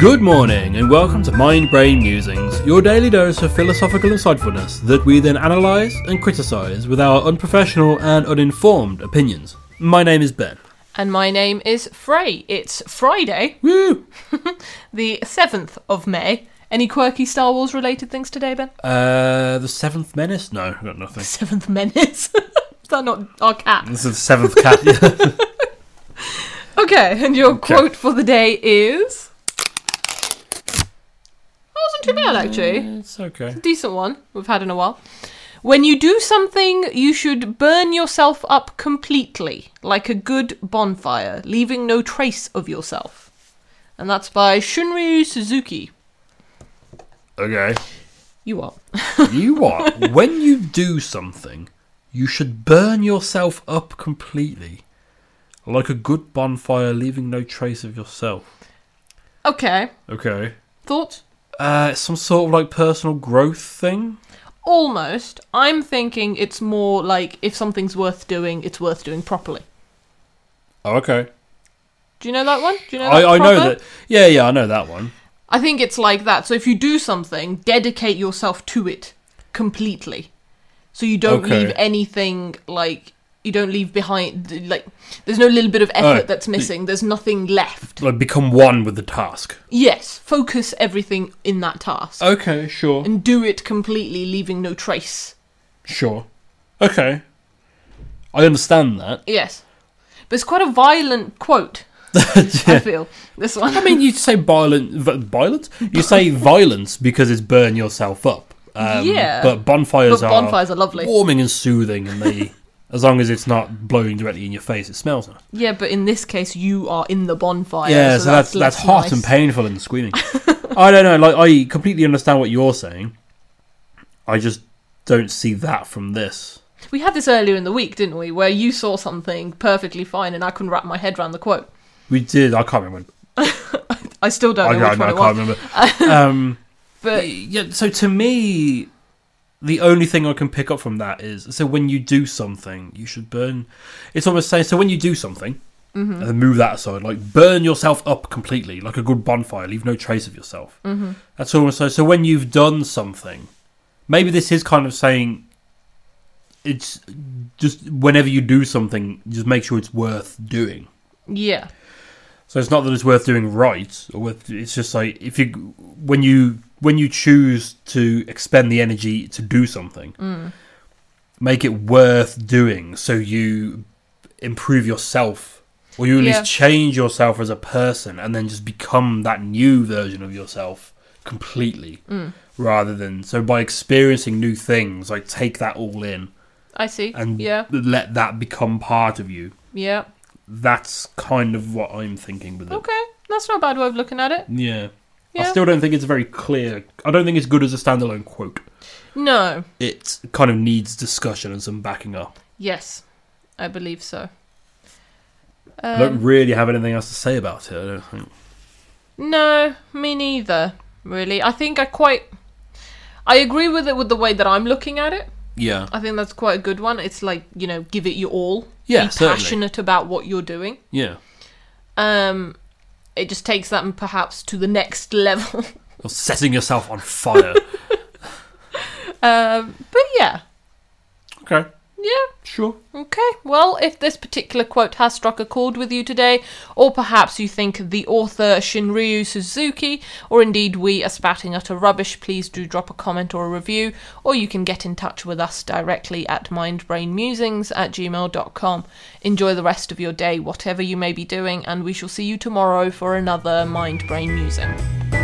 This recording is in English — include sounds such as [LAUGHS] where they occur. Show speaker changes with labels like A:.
A: Good morning, and welcome to Mind Brain Musings, your daily dose of philosophical insightfulness that we then analyse and criticise with our unprofessional and uninformed opinions. My name is Ben.
B: And my name is Frey. It's Friday,
A: Woo!
B: [LAUGHS] the 7th of May. Any quirky Star Wars related things today, Ben?
A: Uh, the Seventh Menace? No, I got nothing.
B: 7th Menace. [LAUGHS] is that not our cat?
A: This is the Seventh Cat. Yeah.
B: [LAUGHS] Okay, and your quote for the day is. That wasn't too bad, actually.
A: it's okay.
B: Decent one we've had in a while. When you do something, you should burn yourself up completely, like a good bonfire, leaving no trace of yourself. And that's by Shunryu Suzuki.
A: Okay.
B: You are.
A: You what? [LAUGHS] when you do something, you should burn yourself up completely. Like a good bonfire, leaving no trace of yourself.
B: Okay.
A: Okay.
B: Thoughts?
A: Uh, some sort of like personal growth thing.
B: Almost. I'm thinking it's more like if something's worth doing, it's worth doing properly.
A: Oh, okay.
B: Do you know that one? Do you know that
A: I, I know
B: proper?
A: that. Yeah, yeah, I know that one.
B: I think it's like that. So if you do something, dedicate yourself to it completely. So you don't
A: Okay.
B: leave anything like you don't leave behind like there's no little bit of effort
A: Oh,
B: that's
A: the-
B: missing. There's nothing left.
A: Like become one with the task.
B: Yes, focus everything in that task
A: Okay, sure,
B: and do it completely leaving no trace.
A: sure. Okay, I understand that. [LAUGHS]
B: Yes. But it's quite a violent quote, I feel. This one. [LAUGHS]
A: I mean, you say violent, vi- violent. You say violence because it's burn yourself up. Um,
B: Yeah.
A: but bonfires
B: But
A: are
B: bonfires are lovely.
A: warming and soothing, and
B: [LAUGHS]
A: they, as long as it's not blowing directly in your face, it smells nice.
B: Yeah, but in this case, you are in the bonfire.
A: Yeah, so, that's that's,
B: less
A: hot
B: nice.
A: and painful and
B: [LAUGHS]
A: screaming. I don't know. Like I completely understand what you're saying. I just don't see that from this.
B: We had this earlier in the week, didn't we? Where you saw something perfectly fine, and I couldn't wrap my head around the quote.
A: We did. I can't remember.
B: I still
A: I,
B: don't know
A: I-
B: which
A: I
B: one it
A: can't
B: was.
A: remember.
B: [LAUGHS]
A: um,
B: But
A: yeah. So to me, the only thing I can pick up from that is so when you do something, you should burn. It's almost saying so when you do something.
B: Mm-hmm.
A: And then move that aside, like burn yourself up completely, like a good bonfire. Leave no trace of yourself. Mm-hmm. That's almost so. So when you've done something, maybe this is kind of saying it's just whenever you do something, just make sure it's worth doing.
B: yeah,
A: So it's not that it's worth doing right, or worth, it's just like if you when you when you choose to expend the energy to do something,
B: Mm.
A: make it worth doing. So you improve yourself, or you at
B: Yeah.
A: least change yourself as a person, and then just become that new version of yourself completely,
B: Mm.
A: rather than so by experiencing new things, like take that all in
B: I see.
A: and
B: yeah,
A: let that become part of you.
B: yeah.
A: That's kind of what I'm thinking with it.
B: Okay, that's not a bad way of looking at it.
A: Yeah. I
B: Yeah.
A: still don't think it's very clear. I don't think it's good as a standalone quote.
B: No.
A: It kind of needs discussion and some backing up.
B: Yes, I believe so. Um,
A: I don't really have anything else to say about it. I don't think.
B: No, me neither. Really, I think I quite. I agree with it with the way that I'm looking at it.
A: Yeah.
B: I think that's quite a good one. It's like you know, give it your all.
A: Yeah,
B: be
A: certainly.
B: passionate about what you're doing.
A: Yeah.
B: Um, it just takes that and perhaps to the next level. [LAUGHS]
A: Or setting yourself on fire.
B: um, but yeah,
A: okay.
B: yeah,
A: Sure.
B: okay. Well, if this particular quote has struck a chord with you today, or perhaps you think the author Shinryu Suzuki, or indeed we are spouting utter rubbish, please do drop a comment or a review, or you can get in touch with us directly at mindbrainmusings at gmail.com. Enjoy the rest of your day, whatever you may be doing, and we shall see you tomorrow for another Mind Brain Musing.